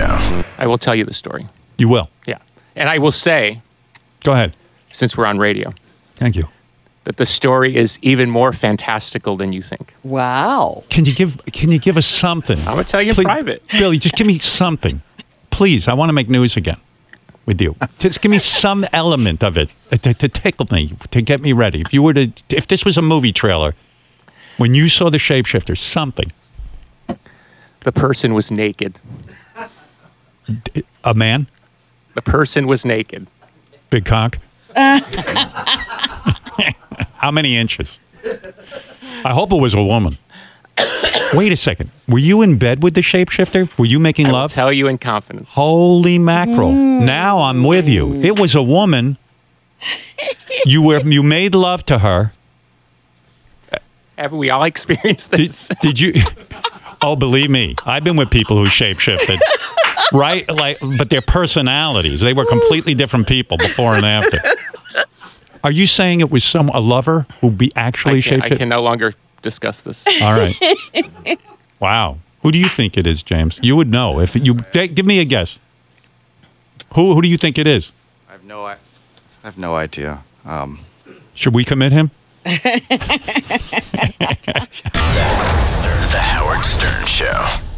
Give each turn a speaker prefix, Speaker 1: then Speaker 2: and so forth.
Speaker 1: I will tell you the story.
Speaker 2: You will.
Speaker 1: Yeah. And I will say,
Speaker 2: Go ahead.
Speaker 1: since we're on radio,
Speaker 2: Thank you.
Speaker 1: that the story is even more fantastical than you think.
Speaker 3: Wow.
Speaker 2: Can you give Can you give us something? I'm
Speaker 1: gonna tell you in private.
Speaker 2: Billy. Just give me something, please. I want to make news again with you. Just give me some element of it uh, to, to tickle me, to get me ready. If you were to, if this was a movie trailer, when you saw the shapeshifter, something.
Speaker 1: The person was naked.
Speaker 2: A man,
Speaker 1: The person was naked.
Speaker 2: big cock. How many inches? I hope it was a woman. Wait a second. Were you in bed with the shapeshifter? Were you making
Speaker 1: I will
Speaker 2: love?
Speaker 1: tell you in confidence.
Speaker 2: Holy mackerel! Now I'm with you. It was a woman. you were you made love to her.
Speaker 1: Have we all experienced
Speaker 2: Did,
Speaker 1: this?
Speaker 2: did you? Oh, believe me, I've been with people who shapeshifted. Right, like, but their personalities—they were completely different people before and after. Are you saying it was some a lover who be actually
Speaker 1: I can, I
Speaker 2: shapeshifted?
Speaker 1: can no longer discuss this.
Speaker 2: All right. wow. Who do you think it is, James? You would know if you g- give me a guess. Who who do you think it is?
Speaker 4: I have no, I, I have no idea. Um,
Speaker 2: Should we commit him?
Speaker 5: The Howard Stern Show.